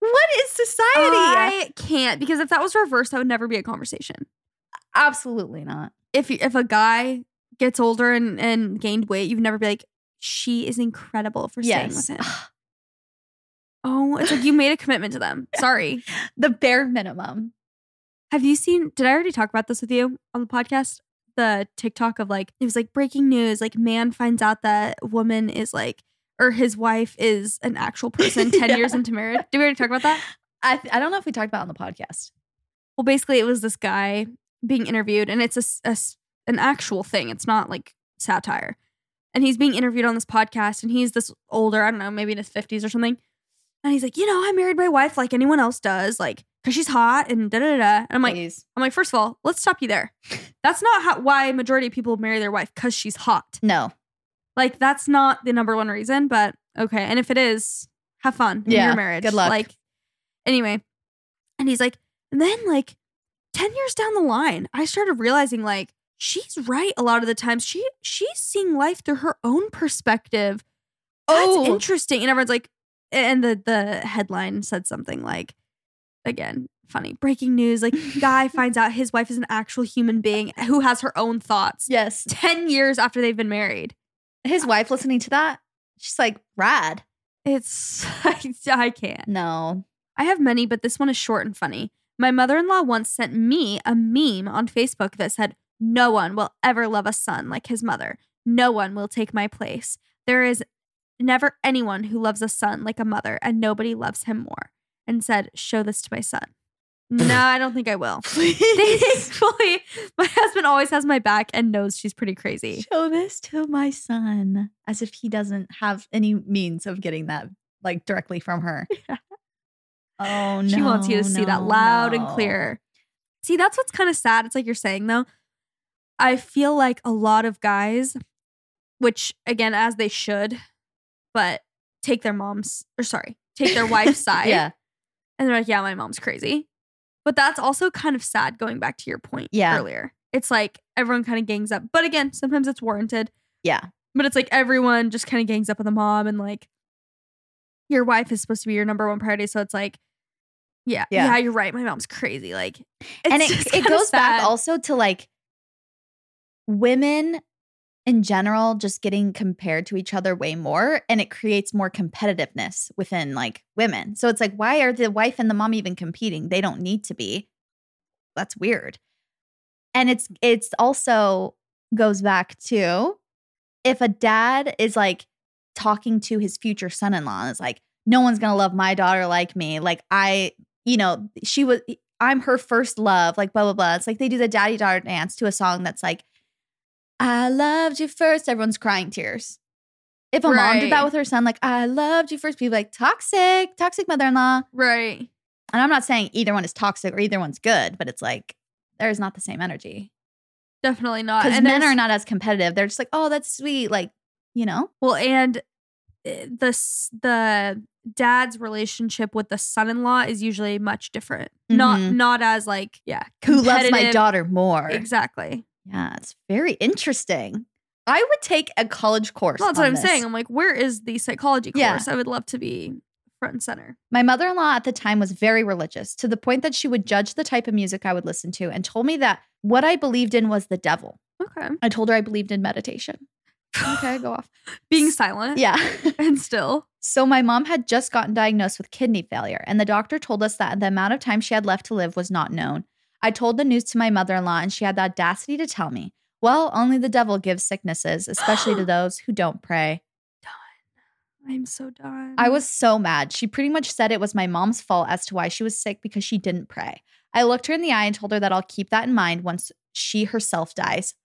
S2: What is society?
S3: I can't because if that was reversed, that would never be a conversation.
S2: Absolutely not.
S3: If you, if a guy gets older and and gained weight, you'd never be like, she is incredible for staying
S2: Yes.
S3: with him. Oh, it's like you made a commitment
S2: (laughs)
S3: to them. Sorry.
S2: (sighs) The bare minimum.
S3: Have you seen? Did I already talk about this with you on the podcast? The TikTok of like it was like breaking news. Like man finds out that woman is like or his wife is an actual person
S2: (laughs)
S3: ten
S2: Yeah.
S3: years into marriage. Did we already talk about that?
S2: I, th- I don't know if we talked about it on the podcast.
S3: Well, basically, it was this guy being interviewed, and it's a s- a s- an actual thing. It's not like satire. And he's being interviewed on this podcast, and he's this older, I don't know, maybe in his 50s or something. And he's like, you know, I married my wife like anyone else does, like, because she's hot and da da da, da. And I'm like,
S2: Please.
S3: I'm like, first of all, let's stop you there. That's not how, why majority of people marry their wife because she's hot.
S2: no.
S3: Like, that's not the number one reason, but okay. And if it is, have fun in
S2: Yeah,
S3: your marriage.
S2: good luck.
S3: Like, anyway. And he's like, and then like 10 years down the line, I started realizing like she's right a lot of the times. She she's seeing life through her own perspective.
S2: Oh.
S3: That's interesting. And everyone's like, and the the headline said something like, again, funny breaking news.
S2: (laughs)
S3: Like, guy finds out his wife is an actual human being who has her own thoughts.
S2: Yes.
S3: Ten years after they've been married,
S2: His wife listening to that, she's like, rad.
S3: it's (laughs) I, I can't.
S2: No. (laughs)
S3: I have many, but this one is short and funny. My mother in law once sent me a meme on Facebook that said, No one will ever love a son like his mother. No one will take my place. There is never anyone who loves a son like a mother, and nobody loves him more. And said, Show this to my son. No, I don't think I will. (laughs)
S2: Please
S3: Thankfully, my husband always has my back and knows she's pretty crazy.
S2: show this to my son as if he doesn't have any means of getting that like directly from
S3: (laughs)
S2: her. Oh no.
S3: she wants you to see that
S2: no,
S3: loud and
S2: no.
S3: clear. See, that's what's kind of sad. It's like you're saying though. I feel like a lot of guys, which again, as they should, but take their mom's or sorry, take
S2: (laughs)
S3: their wife's side.
S2: Yeah.
S3: And they're like, yeah, my mom's crazy. But that's also kind of sad going back to your point
S2: Yeah.
S3: earlier. It's like everyone kind of gangs up. But again, sometimes it's warranted.
S2: Yeah.
S3: But it's like everyone just kind of gangs up on the mom and like your wife is supposed to be your number one priority. So it's like, yeah,
S2: Yeah.
S3: yeah, you're right. My mom's crazy. Like,
S2: and
S3: it's just
S2: it, it
S3: kinda
S2: goes back
S3: sad.
S2: also to like women in general just getting compared to each other way more and it creates more competitiveness within like women so it's like why are the wife and the mom even competing they don't need to be that's weird and it's it's also goes back to if a dad is like talking to his future son-in-law and is like no one's gonna love my daughter like me like i you know she was i'm her first love like blah blah blah it's like they do the daddy daughter dance to a song that's like i loved you first everyone's crying tears if a mom did that
S3: Right.
S2: with her son like i loved you first people like toxic toxic mother-in-law
S3: Right.
S2: and i'm not saying either one is toxic or either one's good but it's like there's not the same energy
S3: Definitely not.
S2: because men
S3: Uh, there's-
S2: are not as competitive they're just like oh that's sweet like you know
S3: Well, and uh, the s- the dad's relationship with the son-in-law is usually much different. Not
S2: Mhm.
S3: not as like yeah,
S2: who loves my
S3: competitive-
S2: daughter more
S3: Exactly.
S2: Yeah, it's very interesting. I would take a college course.
S3: Well, that's
S2: on
S3: what I'm
S2: this.
S3: saying. I'm like, where is the psychology
S2: Yeah.
S3: course? I would love to be front and center.
S2: My mother in law at the time was very religious to the point that she would judge the type of music I would listen to and told me that what I believed in was the devil.
S3: (sighs) Okay.
S2: I told her I believed in meditation. Okay, go off.
S3: Being silent. (laughs)
S2: Yeah.
S3: And still.
S2: So, my mom had just gotten diagnosed with kidney failure, and the doctor told us that the amount of time she had left to live was not known. I told the news to my mother in law, and she had the audacity to tell me, Well, only the devil gives sicknesses, especially
S3: (gasps)
S2: to those who don't pray.
S3: I'm so done.
S2: I was so mad. She pretty much said it was my mom's fault as to why she was sick because she didn't pray. I looked her in the eye and told her that I'll keep that in mind once she herself dies.
S3: (laughs)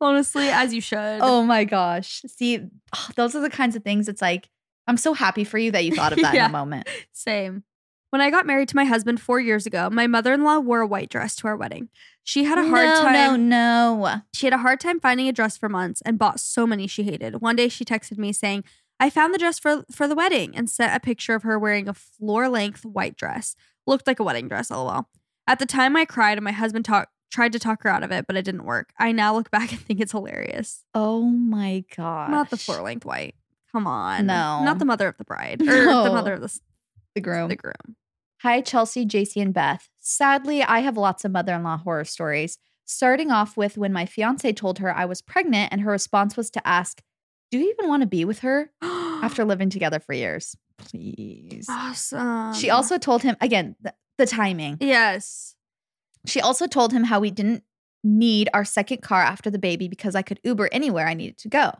S3: honestly, as you should.
S2: Oh my gosh. See, ugh, those are the kinds of things it's like, I'm so happy for you that you
S3: (laughs)
S2: thought of that
S3: Yeah.
S2: in a moment.
S3: Same. When I got married to my husband four years ago, my mother-in-law wore a white dress to our wedding. She had a hard
S2: no,
S3: time.
S2: No, no.
S3: She had a hard time finding a dress for months and bought so many she hated. One day she texted me saying, I found the dress for, for the wedding and sent a picture of her wearing a floor length white dress. Looked like a wedding dress, lol. At the time, I cried and my husband talk, tried to talk her out of it, but it didn't work. I now look back and think it's hilarious.
S2: Oh my gosh.
S3: Not the floor length white. Come on.
S2: No.
S3: Not the mother of
S2: (laughs)
S3: the bride or the
S2: No.
S3: mother of the, s-
S2: The groom.
S3: the groom. (gasps)
S2: Hi, Chelsea, JC, and Beth. Sadly, I have lots of mother in law horror stories, starting off with when my fiance told her I was pregnant, and her response was to ask, Do you even want to be with her? after living together for years.
S3: (gasps)
S2: Please.
S3: Awesome.
S2: She also told him, again, th- the timing.
S3: Yes.
S2: She also told him how we didn't need our second car after the baby because I could Uber anywhere I needed to go.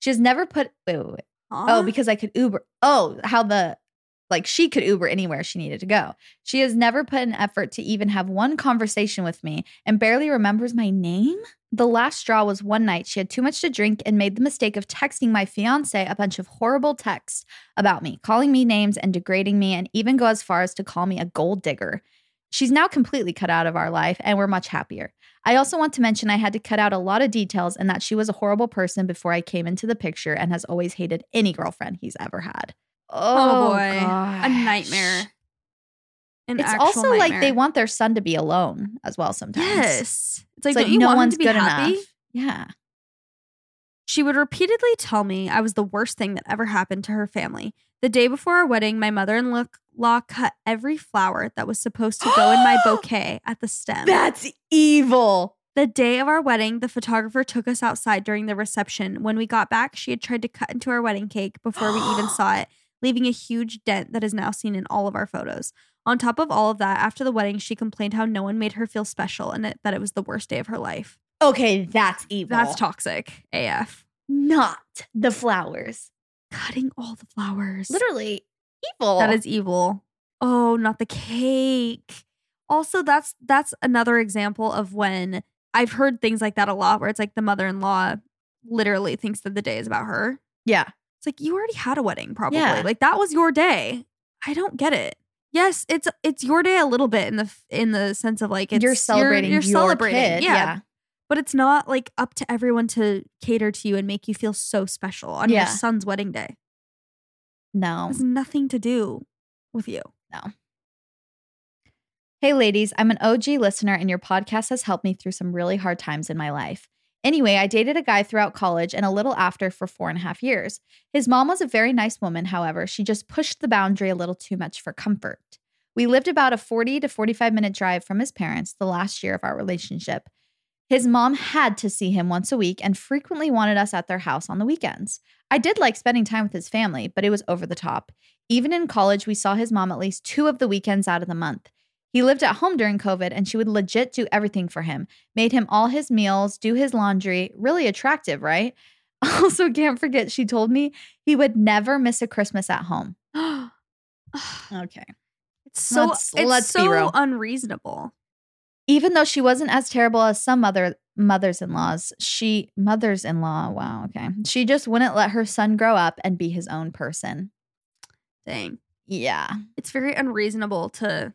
S2: She has never put, wait, wait, wait. Oh,
S3: Aw.
S2: because I could Uber. Oh, how the like she could Uber anywhere she needed to go. She has never put an effort to even have one conversation with me and barely remembers my name. The last straw was one night she had too much to drink and made the mistake of texting my fiance a bunch of horrible texts about me, calling me names and degrading me, and even go as far as to call me a gold digger. She's now completely cut out of our life and we're much happier. I also want to mention I had to cut out a lot of details and that she was a horrible person before I came into the picture and has always hated
S3: Oh,
S2: any girlfriend he's ever had.
S3: boy. a nightmare. an
S2: Oh, It's
S3: actual
S2: also like they
S3: nightmare.
S2: want their son to be alone as well sometimes.
S3: Yes. It's like,
S2: It's like,
S3: don't you
S2: no
S3: want him
S2: one's
S3: to be
S2: good
S3: happy?
S2: enough. Yeah.
S3: She would repeatedly tell me I was the worst thing that ever happened to her family. The day before our wedding, my mother in law cut every flower that was supposed to go in
S2: (gasps)
S3: my bouquet at the stem.
S2: That's evil.
S3: the day of our wedding, the photographer took us outside during the reception. When we got back, she had tried to cut into our wedding cake before we even saw it, leaving a huge dent that is now seen in all of our photos. On top of all of that, after the wedding, she complained how no one made her feel special and that- that it was the worst day of her life.
S2: Okay, that's evil.
S3: That's toxic AF.
S2: Not the flowers.
S3: cutting all the flowers.
S2: Literally evil.
S3: That is evil. Oh, not the cake. Also, that's that's another example of when I've heard things like that a lot where it's like the mother-in-law literally thinks that the day is about her.
S2: yeah.
S3: It's like you already had a wedding probably.
S2: Yeah.
S3: Like that was your day. I don't get it. Yes, it's it's your day a little bit in the f- in the sense of like it's
S2: you're celebrating
S3: you're,
S2: your
S3: celebrating.
S2: kid.
S3: yeah. But it's not like up to everyone to cater to you and make you feel so special on
S2: Yeah. Um.
S3: your son's wedding day
S2: No.
S3: has nothing to do with you.
S2: Hey, ladies, I'm an OG listener, and your podcast has helped me through some really hard times in my life. Anyway, I dated a guy throughout college and a little after for four and a half years. His mom was a very nice woman, however, she just pushed the boundary a little too much for comfort. We lived about a 40 to 45 minute drive from his parents the last year of our relationship. His mom had to see him once a week and frequently wanted us at their house on the weekends. I did like spending time with his family, but it was over the top. Even in college, we saw his mom at least two of the weekends out of the month. He lived at home during COVID and she would legit do everything for him, made him all his meals, do his laundry. Really attractive, right? (laughs) Also, can't forget she told me he would never miss a Christmas at home.
S3: it's
S2: Okay.
S3: so
S2: Let's-
S3: it's
S2: let's be
S3: so
S2: real.
S3: unreasonable.
S2: Even though she wasn't as terrible as some other mothers in laws, she, mothers in law, wow, okay. She just wouldn't let her son grow up and be his own person.
S3: Dang.
S2: Yeah.
S3: It's very unreasonable to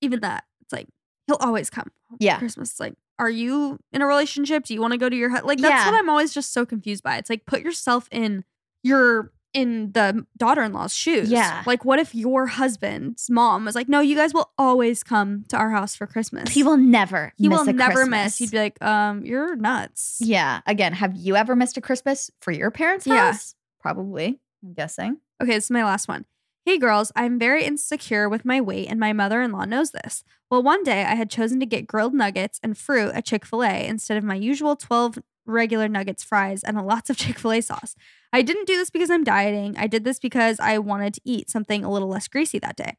S3: even that. It's like he'll always come. home for
S2: Yeah.
S3: Christmas. It's like, are you in a relationship? Do you want to go to your hut? Like that's
S2: Yeah.
S3: what I'm always just so confused by. It's like put yourself in your in the daughter-in-law's shoes.
S2: Yeah.
S3: Like what if your husband's mom was like, No, you guys will always come to our house for Christmas.
S2: He will never
S3: he
S2: miss
S3: will
S2: a
S3: never
S2: Christmas.
S3: miss. He'd be like, um, you're nuts.
S2: Yeah. Again, have you ever missed a Christmas for your parents' house?
S3: Yeah.
S2: Probably. I'm guessing. (gasps)
S3: Okay, this is my last one. Hey girls, I'm very insecure with my weight, and my mother in law knows this. Well, one day I had chosen to get grilled nuggets and fruit at Chick fil A instead of my usual 12 regular nuggets, fries, and a lots of (laughs) Chick fil A sauce. I didn't do this because I'm dieting. I did this because I wanted to eat something a little less greasy that day.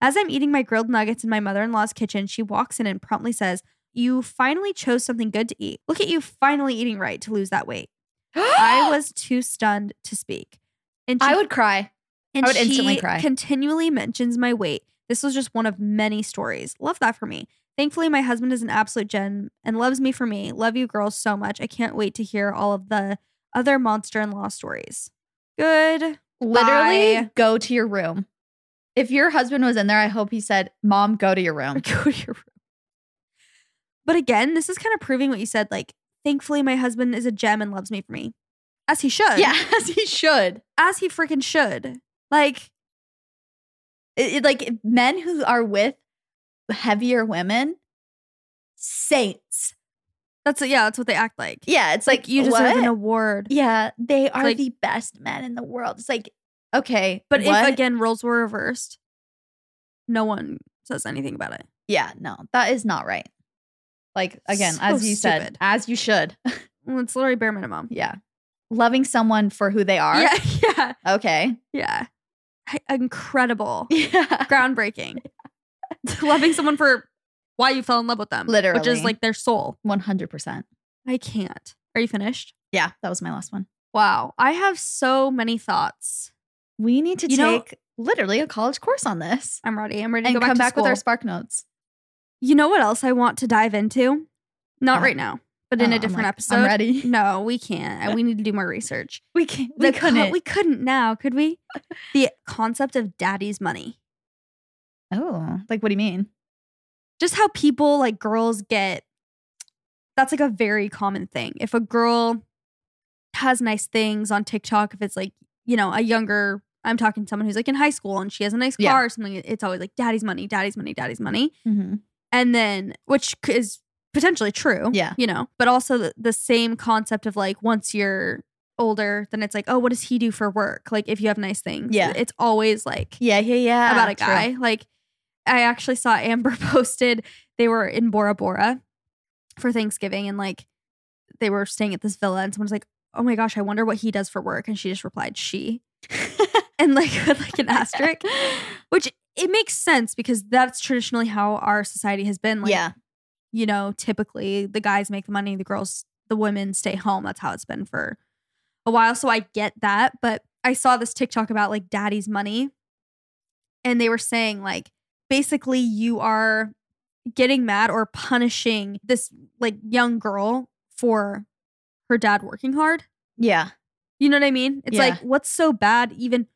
S3: As I'm eating my grilled nuggets in my mother in law's kitchen, she walks in and promptly says, You finally chose something good to eat. Look at you finally eating right to lose that weight. I
S2: (gasps)
S3: was too stunned to speak. And
S2: I would cry.
S3: and
S2: I would instantly
S3: she
S2: cry.
S3: Continually mentions my weight. This was just one of many stories. Love that for me. Thankfully, my husband is an absolute gem and loves me for me. Love you girls so much. I can't wait to hear all of the other monster in law stories. Good. (laughs)
S2: Literally
S3: Bye.
S2: go to your room. If your husband was in there, I hope he said, Mom, go to your
S3: (laughs)
S2: room.
S3: Go to your room. But again, this is kind of proving what you said. Like, thankfully, my husband is a gem and loves me for me, as he should.
S2: Yeah, (laughs) as he should.
S3: as he freaking should. Like,
S2: It- it- like men who are with heavier women, saints.
S3: that's yeah, that's what they act like.
S2: Yeah, it's like,
S3: like you deserve
S2: what?
S3: an award.
S2: Yeah, they are
S3: like-
S2: the best men in the world. It's like, okay,
S3: But
S2: what?
S3: if again roles were reversed, no one says anything about it.
S2: yeah, no, that is not right. Like again,
S3: So
S2: as you said,
S3: stupid.
S2: as you should. (laughs)
S3: Well, it's literally bare minimum.
S2: Yeah. Loving someone for who they are.
S3: (laughs) Yeah, yeah,
S2: Okay. (laughs)
S3: yeah. Hi- Incredible,
S2: Yeah.
S3: groundbreaking. (laughs) (laughs) Loving someone for why you fell in love with them, which
S2: Literally.
S3: is like their soul.
S2: 100%.
S3: I can't. Are you finished?
S2: Yeah. That was my last one.
S3: Wow, I have so many thoughts.
S2: We need to
S3: You know-
S2: take literally a college course on this
S3: I'm ready. I'm ready
S2: and
S3: to go
S2: come
S3: back,
S2: back
S3: to
S2: with our
S3: school.
S2: spark notes.
S3: You know what else I want to dive into? Not
S2: Oh.
S3: right now, but in
S2: Oh,
S3: a
S2: I'm
S3: different
S2: like,
S3: episode. Mm,
S2: I'm ready. Uh,
S3: No, we can't. I- We need to do more research.
S2: (laughs) We can't.
S3: we
S2: We
S3: couldn't.
S2: couldn't.
S3: we couldn't now, could we? the concept of daddy's money.
S2: oh, like what do you mean?
S3: Just how people like girls get that's like a very common thing. If a girl has nice things on TikTok, if it's like, you know, a younger I'm talking to someone who's like in high school and she has a nice car
S2: Yeah.
S3: or something, it's always like daddy's money, daddy's money, daddy's money.
S2: Mm-hmm.
S3: And then, which c- is potentially true.
S2: Yeah.
S3: You know, but also the, the same concept of like once you're older, then it's like, oh, what does he do for work? Like if you have nice things.
S2: Yeah.
S3: It's always like,
S2: Yeah, yeah, yeah.
S3: about a
S2: true.
S3: guy. Like I actually saw Amber (laughs) posted they were in Bora Bora for Thanksgiving and like they were staying at this villa and someone's like, "Oh my gosh, I wonder what he does for work." And she just
S2: (laughs)
S3: replied, "She." and like with like an asterisk, which it makes sense because that's traditionally how our society has been like,
S2: yeah,
S3: you know, typically the guys make the money, the girls, the women stay home. That's how it's been for a while. So I get that. But I saw this TikTok about like daddy's money. And they were saying, like, basically, you are getting mad or punishing this like young girl for her dad working hard.
S2: yeah,
S3: You know what I mean? It's
S2: Yeah.
S3: like what's so bad even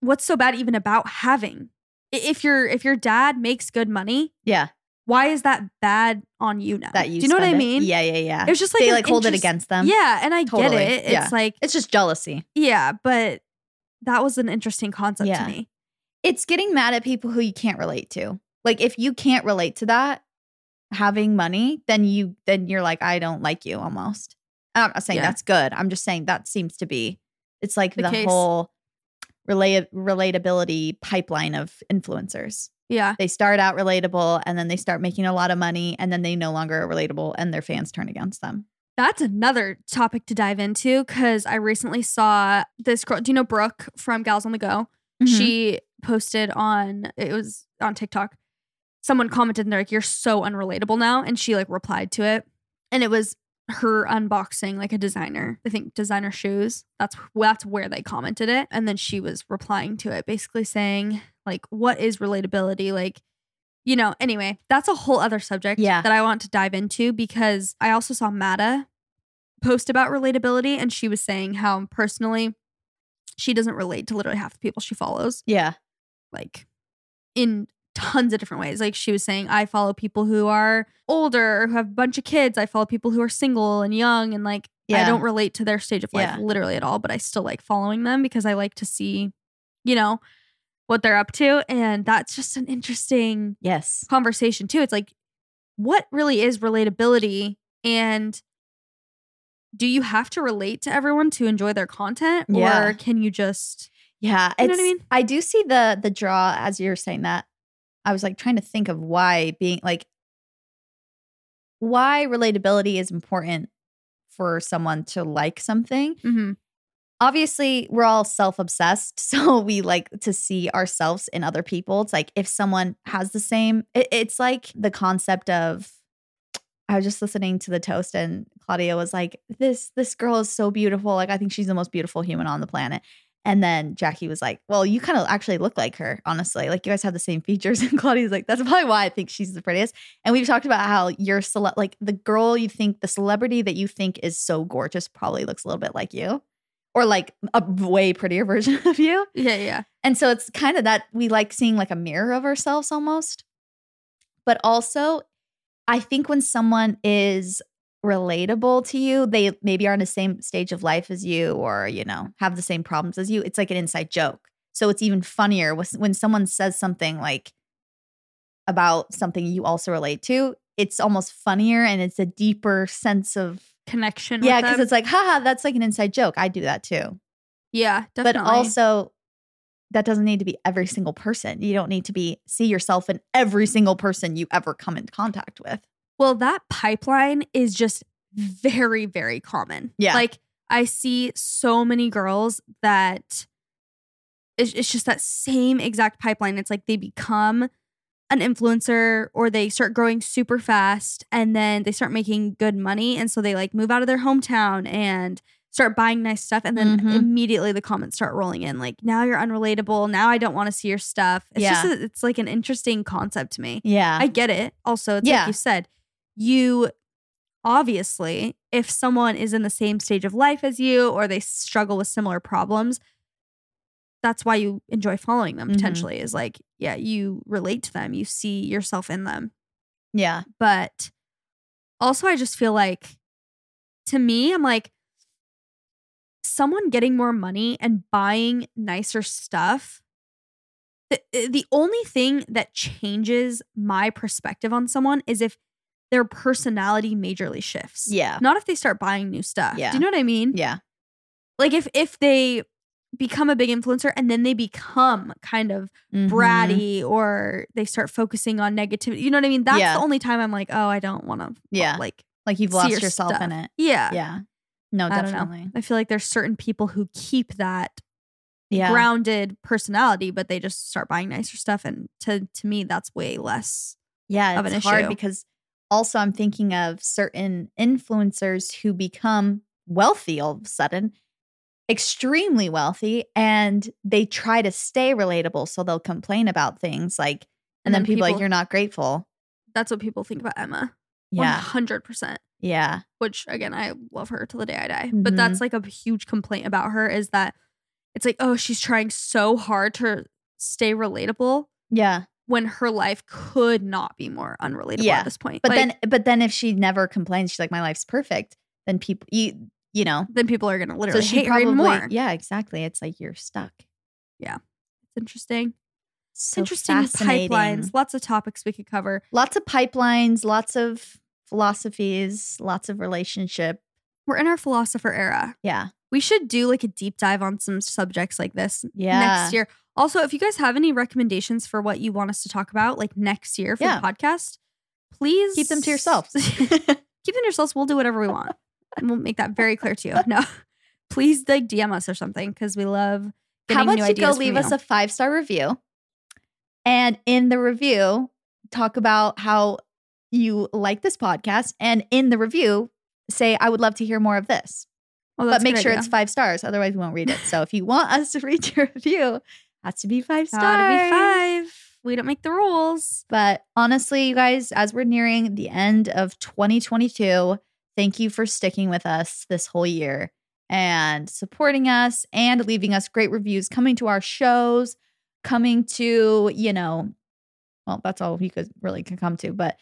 S3: what's so bad even about having I- if your if your dad makes good money,
S2: yeah.
S3: why is that bad on you now?
S2: That you.
S3: Do you know what I
S2: spend it.
S3: mean?
S2: Yeah, yeah, yeah.
S3: It's just like
S2: they
S3: an
S2: like hold it
S3: interest-
S2: against them.
S3: Yeah, and I
S2: Totally.
S3: get it. It's
S2: Yeah.
S3: like
S2: it's just jealousy.
S3: yeah, but that was an interesting concept
S2: Yeah.
S3: to me.
S2: It's getting mad at people who you can't relate to. Like if you can't relate to that, having money, then you then you're like, I don't like you almost. And I'm not saying
S3: Yeah.
S2: that's good. I'm just saying that seems to be. It's like the,
S3: The case.
S2: whole relate relatability pipeline of influencers.
S3: Yeah,
S2: They start out relatable and then they start making a lot of money and then they no longer are relatable and their fans turn against them.
S3: that's another topic to dive into because I recently saw this girl. Do you know Brooke from Gals on the Go?
S2: She
S3: she
S2: Mm-hmm.
S3: posted on it was on TikTok. Someone commented and they're like, "You're so unrelatable now," and she like replied to it, and it was her unboxing like a designer. I think designer shoes. That's that's where they commented it, and then she was replying to it, basically saying like, "What is relatability like?" You know. Anyway, that's a whole other subject
S2: Yeah.
S3: that I want to dive into because I also saw Mata post about relatability, and she was saying how personally she doesn't relate to literally half the people she follows
S2: Yeah.
S3: like in tons of different ways. Like she was saying, I follow people who are older or who have a bunch of kids. I follow people who are single and young and like I
S2: Yeah.
S3: don't relate to their stage of life
S2: Yeah.
S3: literally at all, but I still like following them because I like to see, you know, what they're up to. And that's just an interesting
S2: Yes.
S3: conversation too. It's like, what really is relatability? And do you have to relate to everyone to enjoy their content?
S2: Yeah.
S3: Or can you just
S2: Yeah,
S3: You know what I
S2: it's-
S3: mean?
S2: I do see the the draw as you're saying that. I was like trying to think of why being like why relatability is important for someone to like something.
S3: Mhm.
S2: Obviously, we're all self-obsessed, (laughs) so we like to see ourselves in other people. It's like if someone has the same it- it's like the concept of I was just listening to the toast and Claudia was like, This this girl is so beautiful. Like I think she's the most beautiful human on the planet. And then Jackie was like, Well, you kind of actually look like her, honestly. Like you guys have the same features. (laughs) And Claudia's like, That's probably why I think she's the prettiest. And we've talked about how your cele- like the girl you think the celebrity that you think is so gorgeous probably looks a little bit like you. Or like a way prettier version (laughs) of you.
S3: Yeah, yeah.
S2: And so it's kind of that we like seeing like a mirror of ourselves almost. But also, I think when someone is relatable to you, they maybe are in the same stage of life as you or, you know, have the same problems as you. It's like an inside joke. So it's even funnier with- when someone says something like about something you also relate to. It's almost funnier and it's a deeper sense of,
S3: Connection.
S2: yeah,
S3: with
S2: because
S3: them.
S2: it's like, haha, that's like an inside joke. I do that too.
S3: Yeah, definitely.
S2: But also, that doesn't need to be every single person. You don't need to be see yourself in every single person you ever come in contact with.
S3: well, that pipeline is just very, very common.
S2: Yeah.
S3: Like I see so many girls that it's, it's just that same exact pipeline. It's like they become an influencer or they start growing super fast and then they start making good money. And so they like move out of their hometown and start buying nice stuff. And then
S2: Mhm.
S3: immediately the comments start rolling in like, now you're unrelatable. Now I don't want to see your stuff. It's
S2: Yeah.
S3: just, a, it's like an interesting concept to me.
S2: Yeah.
S3: I get it. Also, it's
S2: Yeah.
S3: like you said, you obviously, if someone is in the same stage of life as you or they struggle with similar problems, that's why you enjoy following them
S2: Mhm.
S3: potentially is like, yeah, you relate to them, you see yourself in them.
S2: yeah.
S3: But also, I just feel like to me, I'm like, someone getting more money and buying nicer stuff the, eh, the only thing that changes my perspective on someone is if their personality majorly shifts
S2: Yeah.
S3: not if they start buying new stuff
S2: Yeah.
S3: do you know what i mean
S2: Yeah.
S3: like if if they become a big influencer and then they become kind of
S2: Mm-hmm.
S3: bratty or they start focusing on negativity you know what i mean that's
S2: Yeah.
S3: the only time i'm like oh i don't want to
S2: Yeah.
S3: like
S2: Like you've
S3: See
S2: lost
S3: your
S2: yourself
S3: stuff.
S2: in it.
S3: yeah
S2: Yeah. No,
S3: I don't know.
S2: definitely.
S3: I feel like there's certain people who keep that
S2: Yeah.
S3: grounded personality, but they just start buying nicer stuff. And to to me, that's way less.
S2: yeah,
S3: of an
S2: it's hard
S3: issue.
S2: because also I'm thinking of certain influencers who become wealthy all of a sudden, extremely wealthy, and they try to stay relatable. So they'll complain about things like, and, then, people, are like, you're not grateful.
S3: Oh That's what people think about Emma.
S2: Yeah.
S3: 100%.
S2: Yeah.
S3: Which again, I love her till the day I die.
S2: Mm-hmm.
S3: But that's like a huge complaint about her is that it's like, oh, she's trying so hard to stay relatable
S2: Yeah.
S3: when her life could not be more unrelatable
S2: Yeah.
S3: at this point.
S2: But
S3: Like,
S2: then, but then if she never complains, she's like, my life's perfect. Then people, you, you know,
S3: then people are gonna literally
S2: so she
S3: hate
S2: probably,
S3: her even more. It's
S2: yeah, exactly. It's like you're stuck.
S3: interesting.
S2: So
S3: interesting
S2: fascinating.
S3: pipelines. Lots of topics we could cover.
S2: lots of pipelines, lots of philosophies, lots of relationship.
S3: We're in our philosopher era.
S2: Yeah.
S3: We should do like a deep dive on some subjects like this
S2: Yeah.
S3: next year. Also, if you guys have any recommendations for what you want us to talk about like next year for
S2: Yeah.
S3: the podcast, please
S2: Keep them to yourselves.
S3: (laughs) keep them to yourselves. We'll do whatever we want. and we'll make that very clear to you. No. (laughs) Please like DM us or something because we love
S2: (laughs) How
S3: getting new
S2: about you go
S3: ideas from
S2: leave us
S3: you.
S2: a five star review? And in the review, talk about how you like this podcast. And in the review, say, I would love to hear more of this.
S3: Oh, that's
S2: but
S3: a
S2: make
S3: good
S2: sure
S3: idea.
S2: it's five stars. Otherwise, we won't read it. So if you want us to (laughs) read your review, it has to be five stars.
S3: Gotta be five. We don't make the rules.
S2: But honestly, you guys, as we're nearing the end of 2022, thank you for sticking with us this whole year and supporting us and leaving us great reviews, coming to our shows, coming to, you know, well, that's all you could really could come to, but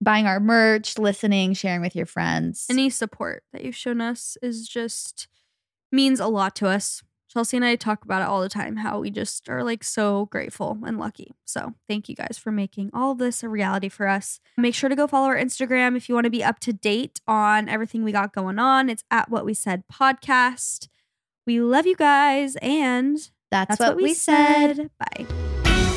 S2: buying our merch, listening, sharing with your friends.
S3: Any support that you've shown us is just means a lot to us. Chelsea and I talk about it all the time how we just are like so grateful and lucky. So, thank you guys for making all of this a reality for us. Make sure to go follow our Instagram if you want to be up to date on everything we got going on. It's at What We Said Podcast. We love you guys, and
S2: that's,
S3: that's,
S2: what, we said.
S3: said. Bye.